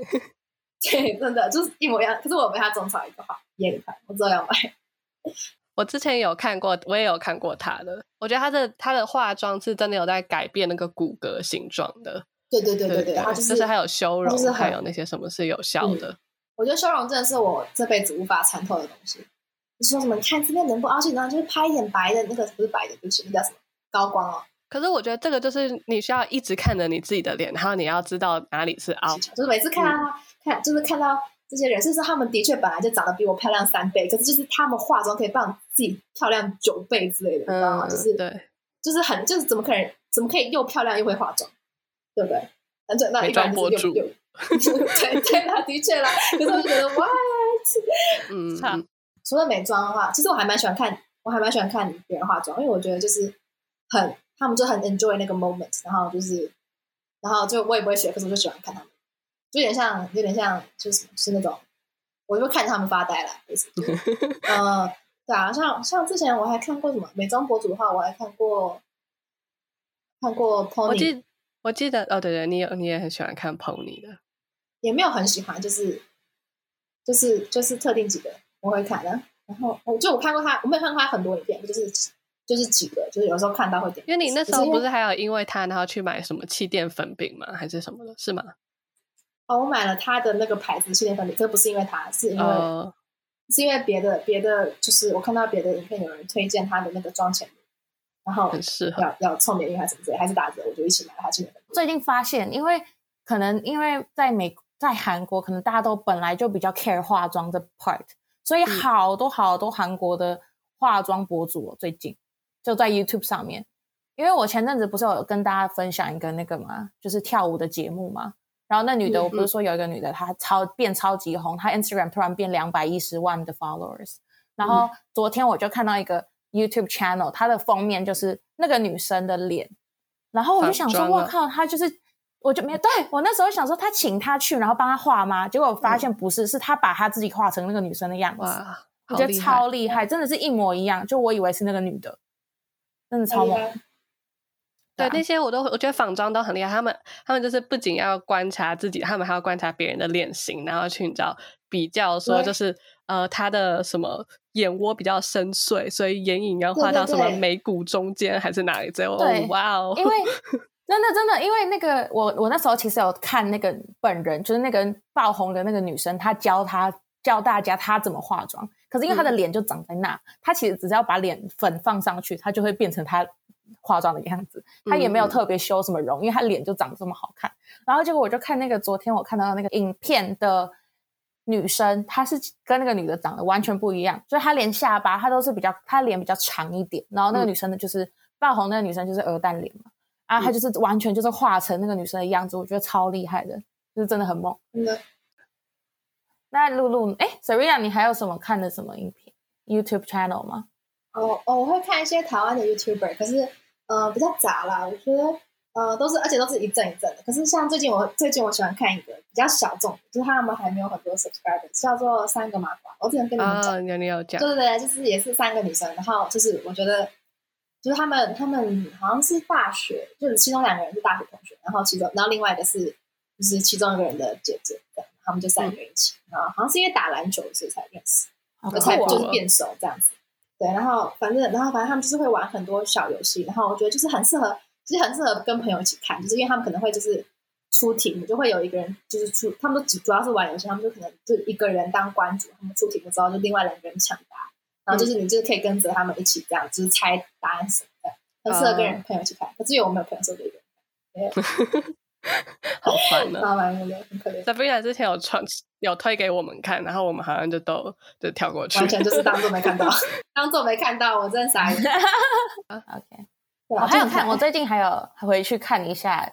Speaker 3: 对，真的就是一模一样。可是我被他种草一个画耶一块，我只有要买。
Speaker 1: 我之前有看过，我也有看过她的，我觉得她的她的化妆是真的有在改变那个骨骼形状的。
Speaker 3: 对对对对
Speaker 1: 对
Speaker 3: 对，他
Speaker 1: 就
Speaker 3: 就是
Speaker 1: 还有修
Speaker 3: 它
Speaker 1: 容，
Speaker 3: 就是
Speaker 1: 还
Speaker 3: 很
Speaker 1: 有那些什么是有效
Speaker 3: 嗯
Speaker 1: 的。
Speaker 3: 我觉得修容真的是我这辈子无法参透的东西。你说什么？你看这边轮不凹陷，然后就是拍一点白的，那个不是白的，就是那叫什么高光哦，
Speaker 1: 可是我觉得这个就是你需要一直看着你自己的脸，然后你要知道哪里是凹。
Speaker 3: 就是每次看到他、看，就是看到这些人，甚至他们的确本来就长得比我漂亮三倍，可是就是他们化妆可以让自己漂亮九倍之类的，你知道吗？
Speaker 1: 嗯，
Speaker 3: 就是
Speaker 1: 对，
Speaker 3: 就是很就是怎么可能怎么可以又漂亮又会化妆，对不对？反正那
Speaker 1: 美
Speaker 3: 一般
Speaker 1: 妆
Speaker 3: 就是又
Speaker 1: 博主
Speaker 3: 又 <laughs> 对对啦，的确啦。可是我就觉得哇，
Speaker 1: 嗯，
Speaker 3: 啊
Speaker 2: 差
Speaker 1: 嗯
Speaker 3: 除了美妆的话，其实我还蛮喜欢看，我还蛮喜欢看别人化妆，因为我觉得就是很他们就很 enjoy 那个 moment，然后就是，然后就我也不会学，可是我就喜欢看他们，就有点像有点像就是是那种，我就看着他们发呆啦，就是，
Speaker 1: <laughs>
Speaker 3: 呃，对啊，像像之前我还看过什么美妆博主的话，我还看过看过
Speaker 1: 我
Speaker 3: Pony，
Speaker 1: 记我记得哦，对对，你有你也很喜欢看 Pony 的，
Speaker 3: 也没有很喜欢，就是就是就是特定几个我会看的、然后我就我看过他，我没有看过他很多影片，就是就是几个，就是有时候看到会点。
Speaker 1: 因为你那时候
Speaker 3: 只是因
Speaker 1: 不
Speaker 3: 为
Speaker 1: 是还有因为他然后去买什么气垫粉饼吗？还是什么的？是吗？
Speaker 3: 哦，我买了他的那个牌子气垫粉饼，这不是因为他，是因为、
Speaker 1: 哦，
Speaker 3: 是因为别的别的，就是我看到别的影片有人推荐他的那个妆前乳，然后
Speaker 1: 很适合。
Speaker 3: 要要凑免运还是什么之类，还是打折，我就一起买了他气垫粉饼。
Speaker 2: 最近发现，因为可能因为在美在韩国，可能大家都本来就比较 care 化妆这 part，所
Speaker 3: 嗯
Speaker 2: 以好多好多韩国的化妆博主、哦、最近就在 YouTube 上面。因为我前阵子不是有跟大家分享一个那个嘛，就是跳舞的节目嘛。然后那女的，
Speaker 3: 嗯
Speaker 2: 我不是说有一个女的，她超变超级红，她 Instagram 突然变两百一十万的 followers。然后
Speaker 3: 嗯
Speaker 2: 昨天我就看到一个 YouTube channel，它的封面就是那个女生的脸，然后我就想说，
Speaker 1: 反装
Speaker 2: 我
Speaker 3: 啊
Speaker 1: 了
Speaker 2: 靠，她就是，我就没对我那时候想说，她请她去，然后帮她画吗？结果我发现不是，是她把她自己画成那个女生的样子，
Speaker 1: 哇，
Speaker 2: 我
Speaker 1: 好
Speaker 2: 觉得
Speaker 1: 厉害
Speaker 2: 超厉害，真的是一模一样，就我以为是那个女的，真的
Speaker 1: 哎
Speaker 2: 超猛，
Speaker 1: 对
Speaker 2: 啊
Speaker 1: 那些我都我觉得仿妆都很厉害，他们他们就是不仅要观察自己，他们还要观察别人的脸型，然后去你知道比较说
Speaker 3: 对
Speaker 1: 就是呃他的什么眼窝比较深邃，所以眼影要画
Speaker 3: 对对
Speaker 1: 到什么
Speaker 3: 对
Speaker 1: 眉骨中间还是哪里之类。
Speaker 2: 对
Speaker 1: 哦，哇哦，
Speaker 2: 因为真的真的，因为那个我我那时候其实有看那个本人，就是那个爆红的那个女生，她教她教大家她怎么化妆。可是因为她
Speaker 1: 嗯
Speaker 2: 的脸就长在那，她其实只是要把脸粉放上去，她就会变成她化妆的样子。她也没有
Speaker 1: 嗯
Speaker 2: 特别修什么容，因为她脸就长这么好看。然后结果我就看那个昨天我看到那个影片的女生，她是跟那个女的长得完全不一样，就是她连下巴她都是比较，她脸比较长一点，然后那个
Speaker 1: 嗯
Speaker 2: 女生呢就是、爆红那个女生就是鹅蛋脸嘛，啊，她就是完全就是画成那个女生的样子，我觉得超厉害的，就是真的很猛。
Speaker 3: 真的
Speaker 2: 那露露，哎，Serena，你还有什么看的什么影片？YouTube channel 吗？
Speaker 3: 哦哦，我会看一些台湾的 YouTuber，可是呃比较杂啦，我觉得呃都是，而且都是一阵一阵的。可是像最近我最近我喜欢看一个比较小众的，就是他们还没有很多 subscribers，叫做三个麻瓜。我之前跟你们讲
Speaker 1: 啊，你你有讲
Speaker 3: 对对对，就是也是三个女生，然后就是我觉得，就是她们她们好像是大学，就是其中两个人是大学同学，然后其中然后另外一个是就是其中一个人的姐姐，这样他们就三个人一起，然后好像是因为打篮球所以才认识，
Speaker 2: 好
Speaker 3: 我才
Speaker 2: 酷哦
Speaker 3: 就是变熟这样子。对，然后反正然后反正他们就是会玩很多小游戏，然后我觉得就是很适合，其实很适合跟朋友一起看，就是因为他们可能会就是出题目，就会有一个人就是出，他们都只主要是玩游戏，他们就可能就一个人当关主，他们出题目之后就另外两个人抢答，然
Speaker 2: 嗯
Speaker 3: 后就是你就是可以跟着他们一起这样，就是猜答案什么的，很适合跟
Speaker 2: 啊
Speaker 3: 人朋友一起看。可是因为我没有朋友，所以我就一
Speaker 2: 嗯
Speaker 3: 个人
Speaker 1: 好烦呢、
Speaker 3: 然后蛮无聊，很可怜，
Speaker 1: Sabrina 之前有传有推给我们看，然后我们好像就都就跳过去
Speaker 3: 完。全就是当做没看到， <laughs> 当做没看到，我真的傻眼。
Speaker 2: OK，
Speaker 3: 对啊
Speaker 2: 我还哦有
Speaker 3: 就是
Speaker 2: 看，我最近还有回去看一下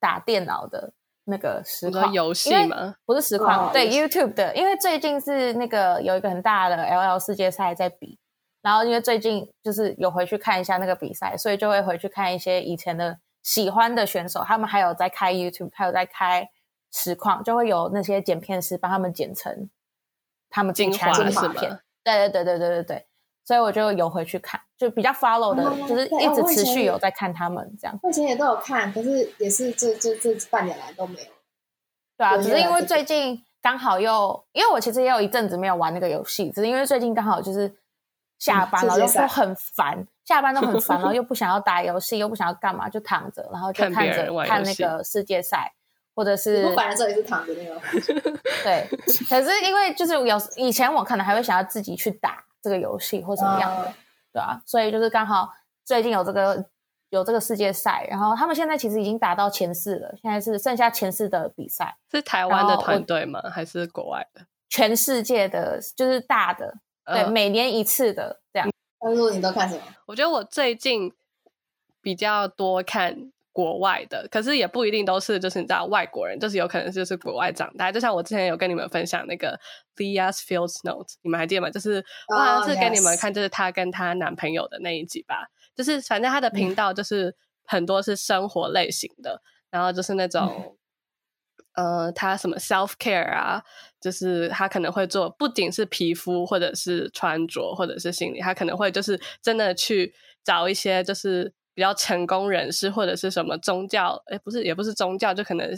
Speaker 2: 打电脑的那个实
Speaker 1: 你说
Speaker 2: 况
Speaker 1: 游戏
Speaker 2: 因为
Speaker 1: 吗？
Speaker 2: 不是实况，
Speaker 3: 哦
Speaker 2: 对
Speaker 3: 也是
Speaker 2: YouTube 的，因为最近是那个有一个很大的 LL 世界赛在比，然后因为最近就是有回去看一下那个比赛，所以就会回去看一些以前的喜欢的选手，他们还有在开 YouTube，还有在开实况，就会有那些剪片师帮他们剪成他们
Speaker 1: 精华
Speaker 2: 精
Speaker 1: 是
Speaker 2: 华
Speaker 1: 吗
Speaker 2: 片，对对对对对对对，所以我就有回去看，就比较 follow 的，
Speaker 3: 哦
Speaker 2: 就是
Speaker 3: 对
Speaker 2: 一
Speaker 3: 哦
Speaker 2: 直
Speaker 3: 我以
Speaker 2: 持
Speaker 3: 前
Speaker 2: 续
Speaker 3: 也
Speaker 2: 有在看他们这样。
Speaker 3: 我以前也都有看，可是也是这这这半年来都没有。
Speaker 2: 对啊，
Speaker 3: 对
Speaker 2: 只是因为
Speaker 3: 对
Speaker 2: 最近刚好又，因为我其实也有一阵子没有玩那个游戏，只是因为最近刚好就是下班
Speaker 3: 嗯
Speaker 2: 了，
Speaker 3: 世
Speaker 2: 然后
Speaker 3: 界赛
Speaker 2: 都很烦，下班都很烦，
Speaker 3: <laughs>
Speaker 2: 然后又不想要打游戏，又不想要干嘛，就躺着，然后就
Speaker 1: 看
Speaker 2: 看
Speaker 1: 别人
Speaker 2: 着
Speaker 1: 玩
Speaker 2: 看
Speaker 1: 游
Speaker 2: 那
Speaker 1: 戏
Speaker 2: 个世界赛，或者是
Speaker 3: 我反正这也是躺着那个，
Speaker 2: 对，可是因为就是有以前我可能还会想要自己去打这个游戏或怎么样的，
Speaker 3: 嗯
Speaker 2: 对啊，所以就是刚好最近有这个有这个世界赛，然后他们现在其实已经打到前四了，现在是剩下前四的比赛。
Speaker 1: 是台湾的
Speaker 2: 然后我
Speaker 1: 团队吗？还是国外的？
Speaker 2: 全世界的，就是大的，对，
Speaker 1: 呃
Speaker 2: 每年一次的这样。
Speaker 3: 但是你都看什么？
Speaker 1: 我觉得我最近比较多看国外的，可是也不一定都是，就是你知道外国人，就是有可能就是国外长大。就像我之前有跟你们分享那个 Leah's Fields Note，你们还记得吗？就是我好像是给你们
Speaker 3: yes
Speaker 1: 看，就是她跟她男朋友的那一集吧。就是反正她的频道就是很多是生活类型的，然后就是那种，呃，他什么 self care 啊，就是他可能会做，不仅是皮肤，或者是穿着，或者是心理，他可能会就是真的去找一些就是比较成功人士，或者是什么宗教，哎，不是也不是宗教，就可能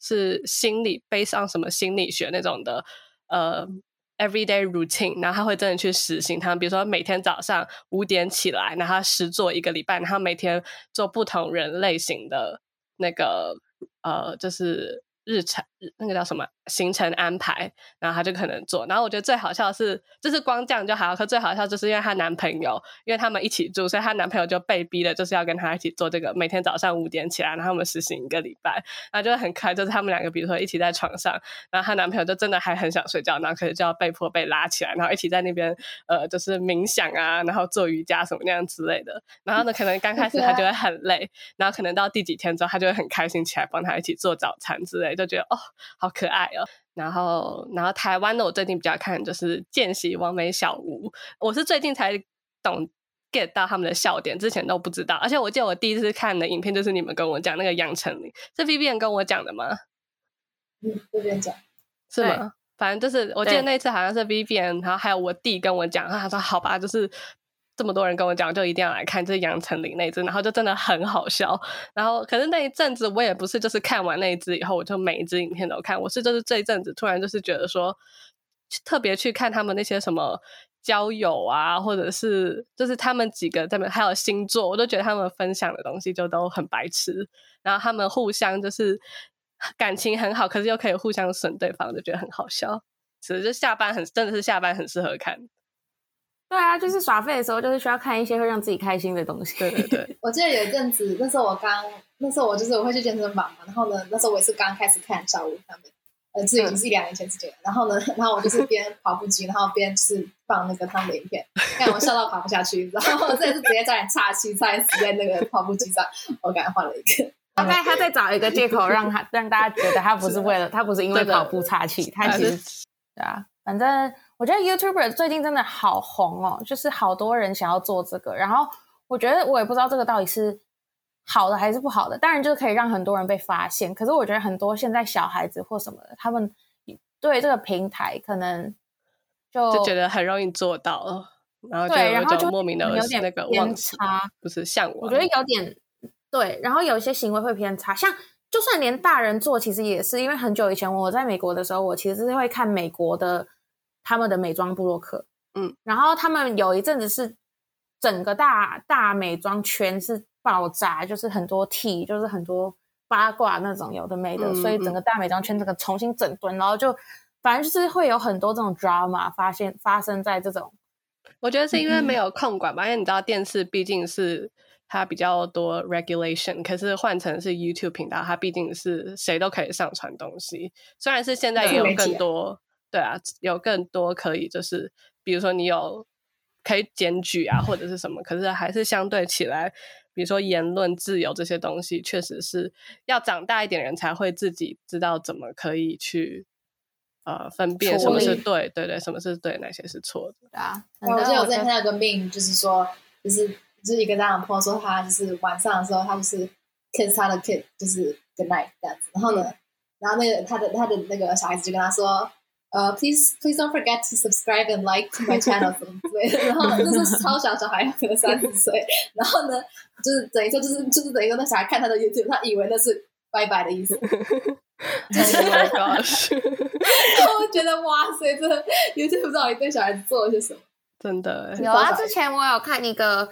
Speaker 1: 是心理 based on 什么心理学那种的，呃。everyday routine，然后他会真的去实行他们，比如说每天早上五点起来，然后实做一个礼拜，然后每天做不同人类型的那个呃，就是日程那个叫什么行程安排，然后他就可能做。然后我觉得最好笑的是，就是光这样就好，可最好笑就是因为她男朋友，因为他们一起住，所以她男朋友就被逼的就是要跟她一起做这个，每天早上五点起来，然后他们实行一个礼拜，然后就会很可爱，就是他们两个比如说一起在床上。然后她男朋友就真的还很想睡觉，然后可是就要被迫被拉起来，然后一起在那边呃，就是冥想啊，然后做瑜伽什么那样之类的。然后呢，可能刚开始他就会很累，然后可能到第几天之后，他就会很开心起来帮他一起做早餐之类，就觉得哦，好可爱哦。然后，然后台湾的我最近比较看就是《见习完美小屋》，我是最近才懂 get 到他们的笑点，之前都不知道。而且我记得我第一次看的影片就是你们跟我讲那个杨丞琳，是 Vivian 跟我讲的吗？
Speaker 3: 嗯，这边讲，
Speaker 1: 是
Speaker 2: 对
Speaker 1: 吗？反正就是，我记得
Speaker 2: 对
Speaker 1: 那一次好像是 Vivian，然后还有我弟跟我讲，然后他说好吧，就是这么多人跟我讲，就一定要来看，就是杨丞琳那一只，然后就真的很好笑。然后可是那一阵子我也不是就是看完那一只以后，我就每一支影片都看，我是就是这一阵子突然就是觉得说，去特别去看他们那些什么。交友啊，或者是就是他们几个在那，还有星座，我都觉得他们分享的东西就都很白痴。然后他们互相就是感情很好，可是又可以互相损对方，就觉得很好笑。只是下班很真的是下班很适合看，
Speaker 2: 对啊，就是耍废的时候，就是需要看一些会让自己开心的东西。
Speaker 1: 对对对，
Speaker 3: 我记得有一阵子，那时候我刚，那时候我就是我会去健身房嘛，然后呢，那时候我也是刚开始看小五他们，呃，这已经是一两年前事情了。然后呢，然后我
Speaker 2: <laughs>
Speaker 3: 就是边跑步机，然后边就是放那个他们的影片，看我笑到爬不下去，然后我这也是直接差点岔气，差点死在那个跑步机上，我赶快换了一个。
Speaker 2: <laughs> 大概他在找一个借口，让他让大家觉得他不是为了他不是因为跑步岔气，他其实对啊，反正我觉得 YouTuber 最近真的好红哦，就是好多人想要做这个，然后我觉得我也不知道这个到底是好的还是不好的，当然就是可以让很多人被发现，可是我觉得很多现在小孩子或什么的，他们对这个平台可能就
Speaker 1: 就觉得很容易做到了，然后就
Speaker 2: 对，
Speaker 1: 有
Speaker 2: 然
Speaker 1: 一
Speaker 2: 后就
Speaker 1: 种莫名的
Speaker 2: 有点
Speaker 1: 那个
Speaker 2: 偏
Speaker 1: 忘记，
Speaker 2: 差。
Speaker 1: 不是向往。
Speaker 2: 我觉得有点对，然后有一些行为会偏差，像就算连大人做，其实也是因为很久以前我在美国的时候，我其实是会看美国的他们的美妆部落客，
Speaker 1: 嗯，
Speaker 2: 然后他们有一阵子是整个大大美妆圈是爆炸，就是很多 T，就是很多八卦那种有的没的，
Speaker 1: 嗯
Speaker 2: 所以整个大美妆圈整个重新整顿，然后就反正就是会有很多这种 drama 发现发生在这种
Speaker 1: 我觉得是因为没有控管吧，因为你知道电视毕竟是它比较多 regulation，可是换成是 YouTube 频道，它毕竟是谁都可以上传东西。虽然是现在也有
Speaker 3: 自媒体
Speaker 1: 更
Speaker 3: 啊
Speaker 1: 多，对啊，有更多可以就是，比如说你有可以检举啊，或者是什么，可是还是相对起来，比如说言论自由这些东西，确实是要长大一点人才会自己知道怎么可以去。呃，分辨什么
Speaker 3: 处
Speaker 1: 是
Speaker 3: 理
Speaker 1: 对，对对，什么是对，哪些是错的。
Speaker 2: 啊，
Speaker 3: 然后我
Speaker 2: 反
Speaker 3: 记得
Speaker 2: 正
Speaker 3: 我之前看到一个命，就是说，就是就是一个家长朋友说他就是晚上的时候，他就是 kiss 他的 kid，就是 good night 这样子。然后呢，然后那个他的他的那个小孩子就跟他说。呃、p l e a s e please don't forget to subscribe and like to my channel 什么之类的。然后呢就是超小小孩，可能三四岁。然后呢，就是等于说，就是就是等于说，那小孩看他的 YouTube，他以为那是拜拜的意思。 <laughs>
Speaker 1: <laughs> Oh my
Speaker 2: <laughs>
Speaker 1: gosh！
Speaker 3: 我觉得哇塞，这 YouTube 到底对小孩子做了些什么？
Speaker 1: <laughs> 真的欸，
Speaker 2: 有啊，
Speaker 3: 多少
Speaker 2: 之前我有看一个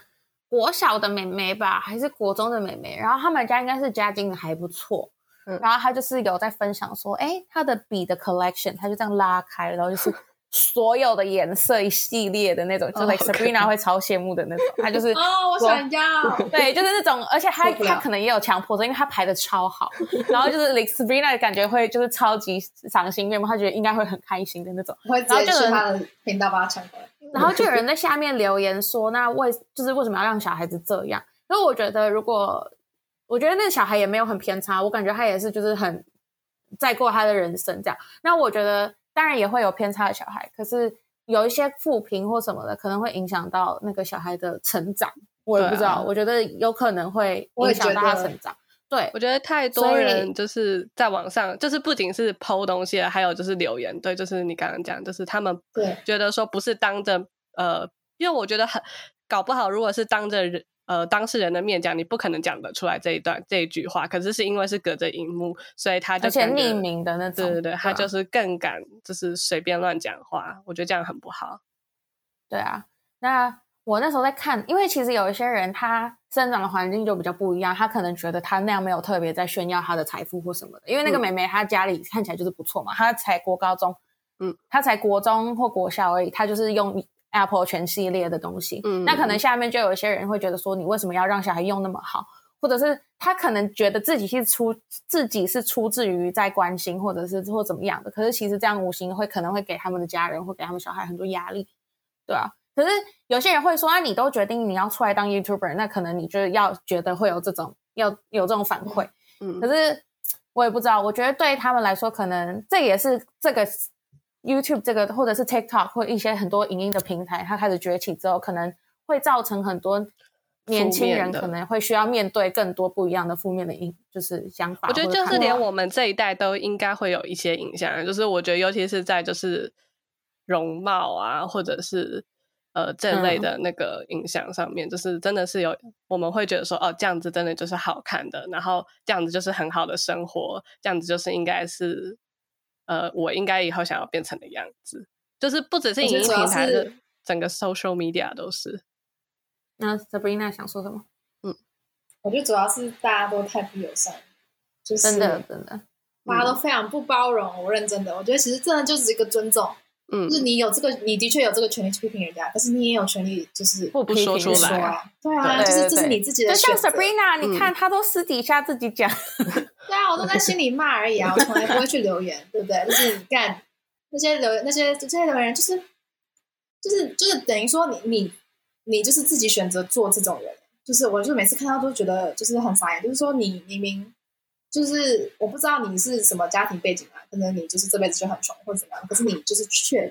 Speaker 2: 国小的妹妹吧，还是国中的妹妹，然后他们家应该是家境还不错，
Speaker 1: 嗯
Speaker 2: 然后她就是有在分享说，哎，她的笔的 collection，她就这样拉开，然后就是
Speaker 3: <laughs>
Speaker 2: 所有的颜色一系列的那种，就
Speaker 1: 哦好
Speaker 2: 是
Speaker 1: 可爱
Speaker 2: Sabrina 会超羡慕的那种，她就是
Speaker 3: 哦，我想要。
Speaker 2: 对，就是那种，而且他
Speaker 3: 受不了
Speaker 2: 他可能也有强迫症，因为他排的超好，然后就是 like Sabrina 感觉会就是超级赏心悦目，他觉得应该会很开心的那种。
Speaker 3: 我会直接去他的频道把他抢过来。
Speaker 2: 然后就有人在下面留言说：“那为就是为什么要让小孩子这样？”因为我觉得，如果我觉得那个小孩也没有很偏差，我感觉他也是就是很在过他的人生这样。那我觉得当然也会有偏差的小孩，可是有一些负评或什么的，可能会影响到那个小孩的成长。我也不知
Speaker 1: 对
Speaker 2: 道，
Speaker 1: 啊
Speaker 2: 我觉得有可能会
Speaker 3: 我也
Speaker 2: 影
Speaker 3: 觉得
Speaker 2: 响大家成长。对
Speaker 1: 我觉得太多
Speaker 2: 所以
Speaker 1: 人就是在网上，就是不仅是剖东西了，还有就是留言，对，就是你刚刚讲，就是他们
Speaker 3: 对
Speaker 1: 觉得说不是当着呃，因为我觉得很搞不好，如果是当着人呃当事人的面讲，你不可能讲得出来这一段这一句话，可是是因为是隔着荧幕，所以他就
Speaker 2: 而且
Speaker 1: 感觉
Speaker 2: 匿名的那种
Speaker 1: 对对对，他
Speaker 2: 对啊
Speaker 1: 就是更敢就是随便乱讲话，我觉得这样很不好。
Speaker 2: 对啊，那我那时候在看，因为其实有一些人他生长的环境就比较不一样，他可能觉得他那样没有特别在炫耀他的财富或什么的。因为那个
Speaker 1: 嗯
Speaker 2: 妹妹她家里看起来就是不错嘛，她才国高中，
Speaker 1: 嗯，
Speaker 2: 她才国中或国校而已，她就是用 Apple 全系列的东西。
Speaker 1: 嗯
Speaker 2: 那可能下面就有一些人会觉得说，你为什么要让小孩用那么好？或者是他可能觉得自己是出自己是出自于在关心，或者是或怎么样的，可是其实这样无形会可能会给他们的家人或给他们小孩很多压力，对啊。可是有些人会说，啊，你都决定你要出来当 YouTuber，那可能你就要觉得会有这种要有这种反馈。
Speaker 1: 嗯
Speaker 2: 可，是我也不知道，我觉得对他们来说，可能这也是这个 YouTube 这个或者是 TikTok 或一些很多影音的平台，它开始崛起之后，可能会造成很多年轻
Speaker 1: 负面
Speaker 2: 人
Speaker 1: 的
Speaker 2: 可能会需要面对更多不一样的负面的影，就是想法
Speaker 1: 我
Speaker 2: 或者
Speaker 1: 觉
Speaker 2: 看
Speaker 1: 得
Speaker 2: 法。
Speaker 1: 就是连我们这一代都应该会有一些影响，就是我觉得尤其是在就是容貌啊，或者是呃这
Speaker 3: 嗯
Speaker 1: 类的那个影响上面，就是真的是有我们会觉得说哦，这样子真的就是好看的，然后这样子就是很好的生活，这样子就是应该是呃我应该以后想要变成的样子，就是不只是
Speaker 3: 我觉
Speaker 1: 影
Speaker 3: 得
Speaker 1: 音
Speaker 3: 主要
Speaker 1: 平台，
Speaker 3: 是
Speaker 1: 就整个 social media 都是。
Speaker 2: 那 Sabrina 想说什么？
Speaker 3: 我觉得主要是大家都太不友善，就是
Speaker 2: 真的嗯真的，
Speaker 3: 大家都非常不包容。我认真的，我觉得其实真的就只是一个尊重，
Speaker 1: 嗯
Speaker 3: 就，是你有这个，你的确有这个权利去批评人家，可是你也有权利就是
Speaker 1: 我不
Speaker 2: 批
Speaker 1: 说
Speaker 2: 评
Speaker 1: 出
Speaker 3: 不
Speaker 2: 是
Speaker 3: 说
Speaker 1: 来，
Speaker 3: 啊，对啊，
Speaker 1: 对
Speaker 3: 就是这是
Speaker 2: 对对
Speaker 3: 你自己
Speaker 2: 就
Speaker 3: 的
Speaker 2: 像
Speaker 3: 选择。啊
Speaker 2: Sabrina，
Speaker 1: 嗯
Speaker 2: 你看她都私底下自己讲，
Speaker 3: 对啊，我都在心里骂而已啊，我从来不会去留言，对不对？就是你干那些留那些这些留言，就是就是就是等于说你你你就是自己选择做这种人，就是我就每次看到都觉得就是很傻眼，就是说你明明就是我不知道你是什么家庭背景啊，可能你就是这辈子就很穷或者怎么样，可是你就是却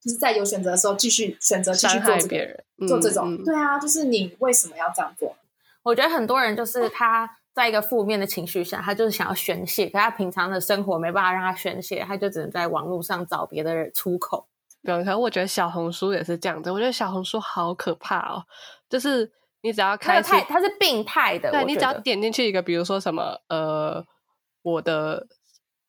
Speaker 3: 就是在有选择的时候继续选择继续
Speaker 1: 伤
Speaker 3: 做
Speaker 1: 害
Speaker 3: 这
Speaker 1: 别
Speaker 3: 个
Speaker 1: 人，
Speaker 3: 做
Speaker 1: 嗯
Speaker 3: 这种，
Speaker 1: 嗯
Speaker 3: 对啊，就是你为什么要这样做？
Speaker 2: 我觉得很多人就是他在一个负面的情绪下，他就是想要宣泄，可他平常的生活没办法让他宣泄，他就只能在网络上找别的人出口。
Speaker 1: 对，啊可能我觉得小红书也是这样子。我觉得小红书好可怕哦，就是你只要
Speaker 2: 他
Speaker 1: 开
Speaker 2: 的
Speaker 1: 启，
Speaker 2: 态他是病态的，
Speaker 1: 对
Speaker 2: 我
Speaker 1: 你
Speaker 2: 觉
Speaker 1: 只要
Speaker 2: 得
Speaker 1: 点进去一个，比如说什么呃，我的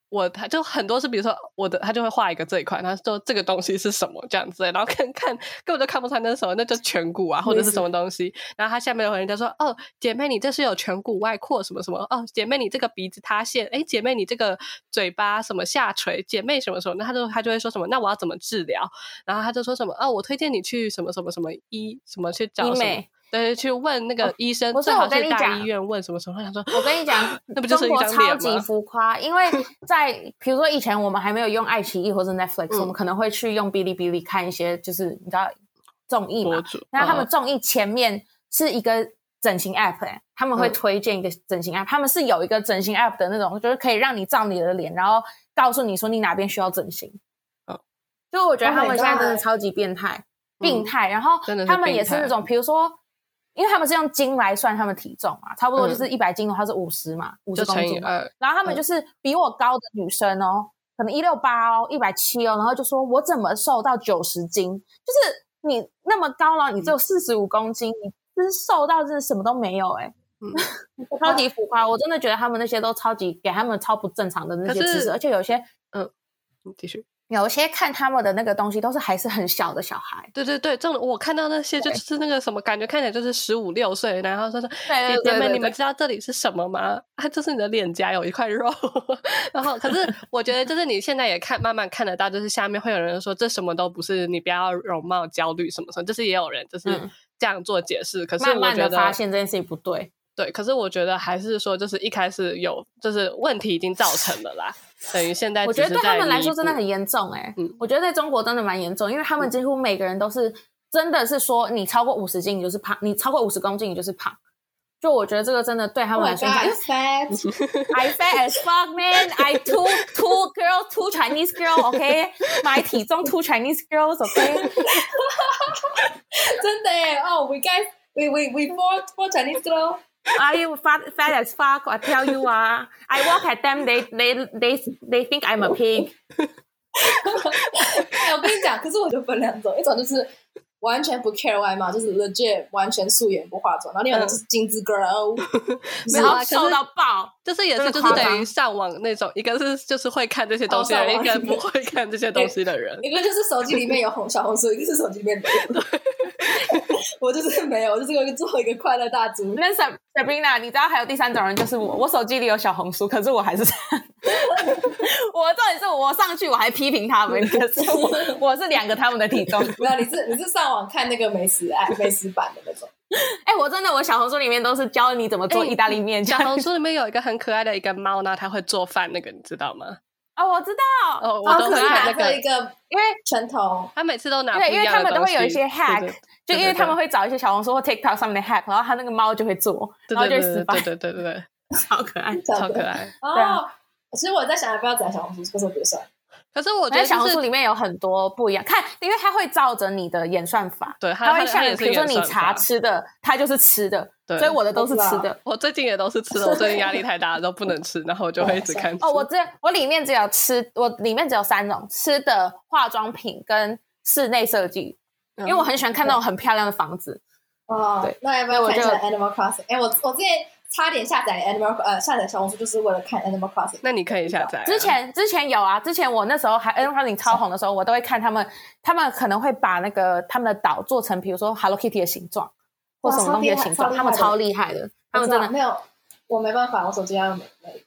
Speaker 1: 我他就很多是，比如说我的他就会画一个这一块，他说这个东西是什么这样子，然后看看根本就看不出来那是什么，那就颧骨啊或者是什么东西。然后他下面有人家说哦，姐妹你这是有颧骨外扩什么什么哦，姐妹你这个鼻子塌陷，哎姐妹你这个嘴巴什么下垂，姐妹什么什么，那他就他就会说什么那我要怎么治疗？然后他就说什么哦，我推荐你去什么什么什么医什么去找
Speaker 2: 医
Speaker 1: 什么
Speaker 2: 美。哦
Speaker 1: 对，去问那个医生，
Speaker 2: 不是
Speaker 1: 呃最好
Speaker 2: 我跟
Speaker 1: 是
Speaker 2: 你
Speaker 1: 大
Speaker 2: 讲
Speaker 1: 医院问什么什么。他想说，，
Speaker 2: 我跟你 <laughs> 讲
Speaker 1: 那不就是
Speaker 2: 中
Speaker 1: 一
Speaker 2: 国
Speaker 1: 张
Speaker 2: 超
Speaker 1: 脸
Speaker 2: 级
Speaker 1: 吗？
Speaker 2: 浮夸，因为在比如说以前我们还没有用爱奇艺或者 Netflix，、
Speaker 1: 嗯
Speaker 2: 我们可能会去用哔哩哔哩看一些就是你知道综艺嘛
Speaker 1: 博，主，
Speaker 2: 那他
Speaker 1: 嗯
Speaker 2: 们综艺前面是一个整形 app，、欸、他们会
Speaker 1: 嗯
Speaker 2: 推荐一个整形 app，、他们是有一个整形 app 的那种，就是可以让你照你的脸，然后告诉你说你哪边需要整形。
Speaker 1: 嗯
Speaker 2: 就我觉得
Speaker 3: Oh my
Speaker 2: 他们现哦在真的
Speaker 3: God
Speaker 2: 超级变态，
Speaker 1: 嗯
Speaker 2: 病态。然后
Speaker 1: 真的是
Speaker 2: 他们也
Speaker 1: 病态
Speaker 2: 是那种，比如说，因为他们是用斤来算他们体重嘛，差不多
Speaker 1: 嗯
Speaker 2: 就是一百斤的话是五十嘛，五
Speaker 1: 就
Speaker 2: 十公
Speaker 1: 乘以
Speaker 2: 斤嘛。
Speaker 1: 二，
Speaker 2: 然后他们
Speaker 1: 嗯
Speaker 2: 就是比我高的女生哦，可能一六八哦，一百七哦，然后就说我怎么瘦到九十斤？就是你那么高了，你
Speaker 1: 嗯
Speaker 2: 只有四十五公斤，你就是瘦到是什么都没有哎、
Speaker 1: 嗯
Speaker 2: <laughs> 超级浮夸！我真的觉得他们那些都超级给他们超不正常的那些
Speaker 1: 可是
Speaker 2: 知识，而且有些
Speaker 1: 你继续。
Speaker 2: 有些看他们的那个东西都是还是很小的小孩，
Speaker 1: 对对对，这种我看到那些就
Speaker 2: 对
Speaker 1: 是那个什么，感觉看起来就是十五六岁，然后他说：“
Speaker 2: 对
Speaker 1: 姐
Speaker 2: 对
Speaker 1: 姐
Speaker 2: 对
Speaker 1: 们，
Speaker 2: 对
Speaker 1: 你们
Speaker 2: 对
Speaker 1: 知道这里是什么吗？啊，就是你的脸颊有一块肉。” <laughs> 然后，可是我觉得，就是你现在也看，慢慢看得到，就是下面会有人说这什么都不是，你不要容貌焦虑什么什么，就是也有人就是
Speaker 2: 嗯
Speaker 1: 这样做解释。可是
Speaker 2: 慢
Speaker 1: 我
Speaker 2: 慢
Speaker 1: 觉
Speaker 2: 的
Speaker 1: 得
Speaker 2: 发现这件事情不对。
Speaker 1: 对，可是我觉得还是说，就是一开始有，就是问题已经造成了 <laughs> 啦，等于现在
Speaker 2: 我
Speaker 1: 只
Speaker 2: 觉
Speaker 1: 是
Speaker 2: 得对他
Speaker 1: 在
Speaker 2: 们来
Speaker 1: 弥
Speaker 2: 说真的
Speaker 1: 补
Speaker 2: 很严重哎、
Speaker 1: 嗯
Speaker 2: 我觉得在中国真的蛮严重，因为他们几乎每个人都是真的是说你超过五十斤你就是胖，你超过五十公斤你就是胖。就我觉得这个真的对
Speaker 1: Oh
Speaker 2: 他们来说
Speaker 3: Oh
Speaker 1: 哎
Speaker 2: 影响，因为
Speaker 3: fat，
Speaker 2: <laughs> I fat as fuck, man. I two two girl, two Chinese girl. OK，买体重 two Chinese girls. OK，
Speaker 3: 真的耶！哦，we guys We we we bought four Chinese girl. <laughs>
Speaker 2: Are you fat, fat as fuck? I tell you, ah, I walk at them, they they they they think I'm a pig。
Speaker 3: 哎，我跟你讲，可是我就分两种，一种就是完全不 care 外貌，就是 legit 完全素颜不化妆，然后另外一种就是精致 girl，
Speaker 1: 嗯 <laughs> 没有
Speaker 2: 然
Speaker 1: 啊
Speaker 2: 后
Speaker 1: 可是
Speaker 2: 瘦到爆，
Speaker 1: 就是也
Speaker 2: 真
Speaker 1: 是
Speaker 2: 的
Speaker 1: 就是
Speaker 2: 夸张
Speaker 1: 等于上网那种，一个是就是会看这些东西的人，
Speaker 3: 哦上网
Speaker 1: 一个不会看这些东西的人。
Speaker 3: 一个就是手机里面有
Speaker 1: <laughs>
Speaker 3: 红小红书，一个是手机里面没有。 <laughs> 我就是没有，我就是做一个快乐大族。
Speaker 2: 那 Sab- Sabrina，你知道还有第三种人就是我，我手机里有小红书，可是我还是这 <laughs> 样。我重点是我上去我还批评他们，可是我我是两个他们的体重。
Speaker 3: 没有，你是你是上网看那个美食哎美食版的那种，
Speaker 2: 哎、我真的我小红书里面都是教你怎么做
Speaker 1: 哎
Speaker 2: 意大利面，
Speaker 1: <laughs> 小
Speaker 2: 教
Speaker 1: 红书里面有一个很可爱的一个猫，然后它会做饭，那个你知道吗？
Speaker 2: 哦，我知道，
Speaker 1: 哦，我
Speaker 3: 然
Speaker 1: 都
Speaker 3: 后
Speaker 1: 会
Speaker 3: 是
Speaker 1: 看
Speaker 3: 拿
Speaker 1: 那
Speaker 3: 着
Speaker 1: 个
Speaker 3: 一，个
Speaker 2: 因为
Speaker 3: 拳头，
Speaker 1: 它每次都拿不
Speaker 2: 对，
Speaker 1: 一
Speaker 2: 因为他
Speaker 1: 样的
Speaker 2: 们都
Speaker 1: 东
Speaker 2: 会
Speaker 1: 西。
Speaker 2: 有一些 hack，
Speaker 1: 对对
Speaker 2: 就因
Speaker 1: 对
Speaker 2: 为他们会找一些小红书或 TikTok 上面的 hack，然后他那个猫就会做，然后就
Speaker 1: 对对
Speaker 2: 会失
Speaker 1: 对
Speaker 2: 败，
Speaker 1: 对对对 <laughs> 对，嗯
Speaker 2: 超可爱。
Speaker 1: 超可。爱。
Speaker 3: 然
Speaker 2: 对
Speaker 3: 后
Speaker 2: 啊
Speaker 3: 哦其实我在想要不要载小红书，可是我觉得算了。
Speaker 1: 可是我觉
Speaker 2: 而且
Speaker 1: 得
Speaker 2: 小
Speaker 1: 就
Speaker 2: 红书
Speaker 1: 是
Speaker 2: 里面有很多不一样，看，因为它会照着你的演算法，
Speaker 1: 对，它
Speaker 2: 它会
Speaker 1: 它它
Speaker 2: 像
Speaker 1: 也
Speaker 2: 比
Speaker 1: 是
Speaker 2: 如说
Speaker 1: 演
Speaker 2: 你
Speaker 1: 算
Speaker 2: 查
Speaker 1: 法
Speaker 2: 吃的，它就是吃的，
Speaker 1: 对
Speaker 2: 所以我的都是吃的。
Speaker 1: 我最近也都是吃的，我最近压力太大了，都不能吃，然后我就会一 <laughs> 直看吃。
Speaker 2: 哦，我只我里面只有吃，我里面只有三种吃的、化妆品跟室内设计，因
Speaker 3: 嗯
Speaker 1: 嗯
Speaker 2: 为我很喜欢看那种很漂亮的房子。
Speaker 3: 哦
Speaker 2: 对，
Speaker 3: 那要不要
Speaker 2: 所
Speaker 3: 看
Speaker 2: 以
Speaker 3: 一
Speaker 2: 我
Speaker 3: 下 Animal Crossing？哎，我我之前差点下载 Animal 呃下载小红书，就是为了看 Animal Crossing。
Speaker 1: 那你可以下载啊。
Speaker 2: 之前之前有啊，之前我那时候还 N r o n 超红的时候，我都会看他们，他们可能会把那个他们的岛做成，比如说 Hello Kitty 的形状或
Speaker 3: 哇
Speaker 2: 什么东西的形状，
Speaker 3: 超厉害
Speaker 2: 他们超
Speaker 3: 超
Speaker 2: 厉害的，他们
Speaker 3: 我知道
Speaker 2: 真的，
Speaker 3: 没有，我没办法，我手机要没没。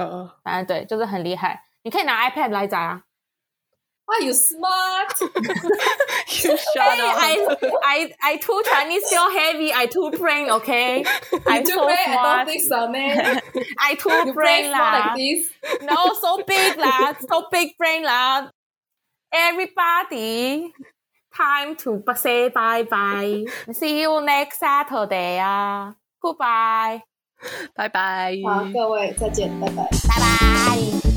Speaker 1: <laughs> 嗯，
Speaker 2: 反正对，就是很厉害。你可以拿 iPad 来载啊，
Speaker 3: 哇
Speaker 2: <laughs>
Speaker 3: ，you smart！
Speaker 1: you
Speaker 3: 啊
Speaker 1: shut up
Speaker 2: I I I too Chinese still heavy. I too brain. Okay. I
Speaker 3: <laughs> You
Speaker 2: too
Speaker 3: do great, I don't
Speaker 2: smart.
Speaker 3: think so, man.
Speaker 2: I <laughs>
Speaker 3: You
Speaker 2: too
Speaker 3: brain
Speaker 2: brain
Speaker 3: smart like
Speaker 2: 啦。
Speaker 3: this.
Speaker 2: No, so big 啦，so big brain 啦。Everybody, time to say bye bye. See you next Saturday 啊。Goodbye.
Speaker 1: 拜拜。
Speaker 3: 好，各位再见，拜拜。
Speaker 2: 拜拜。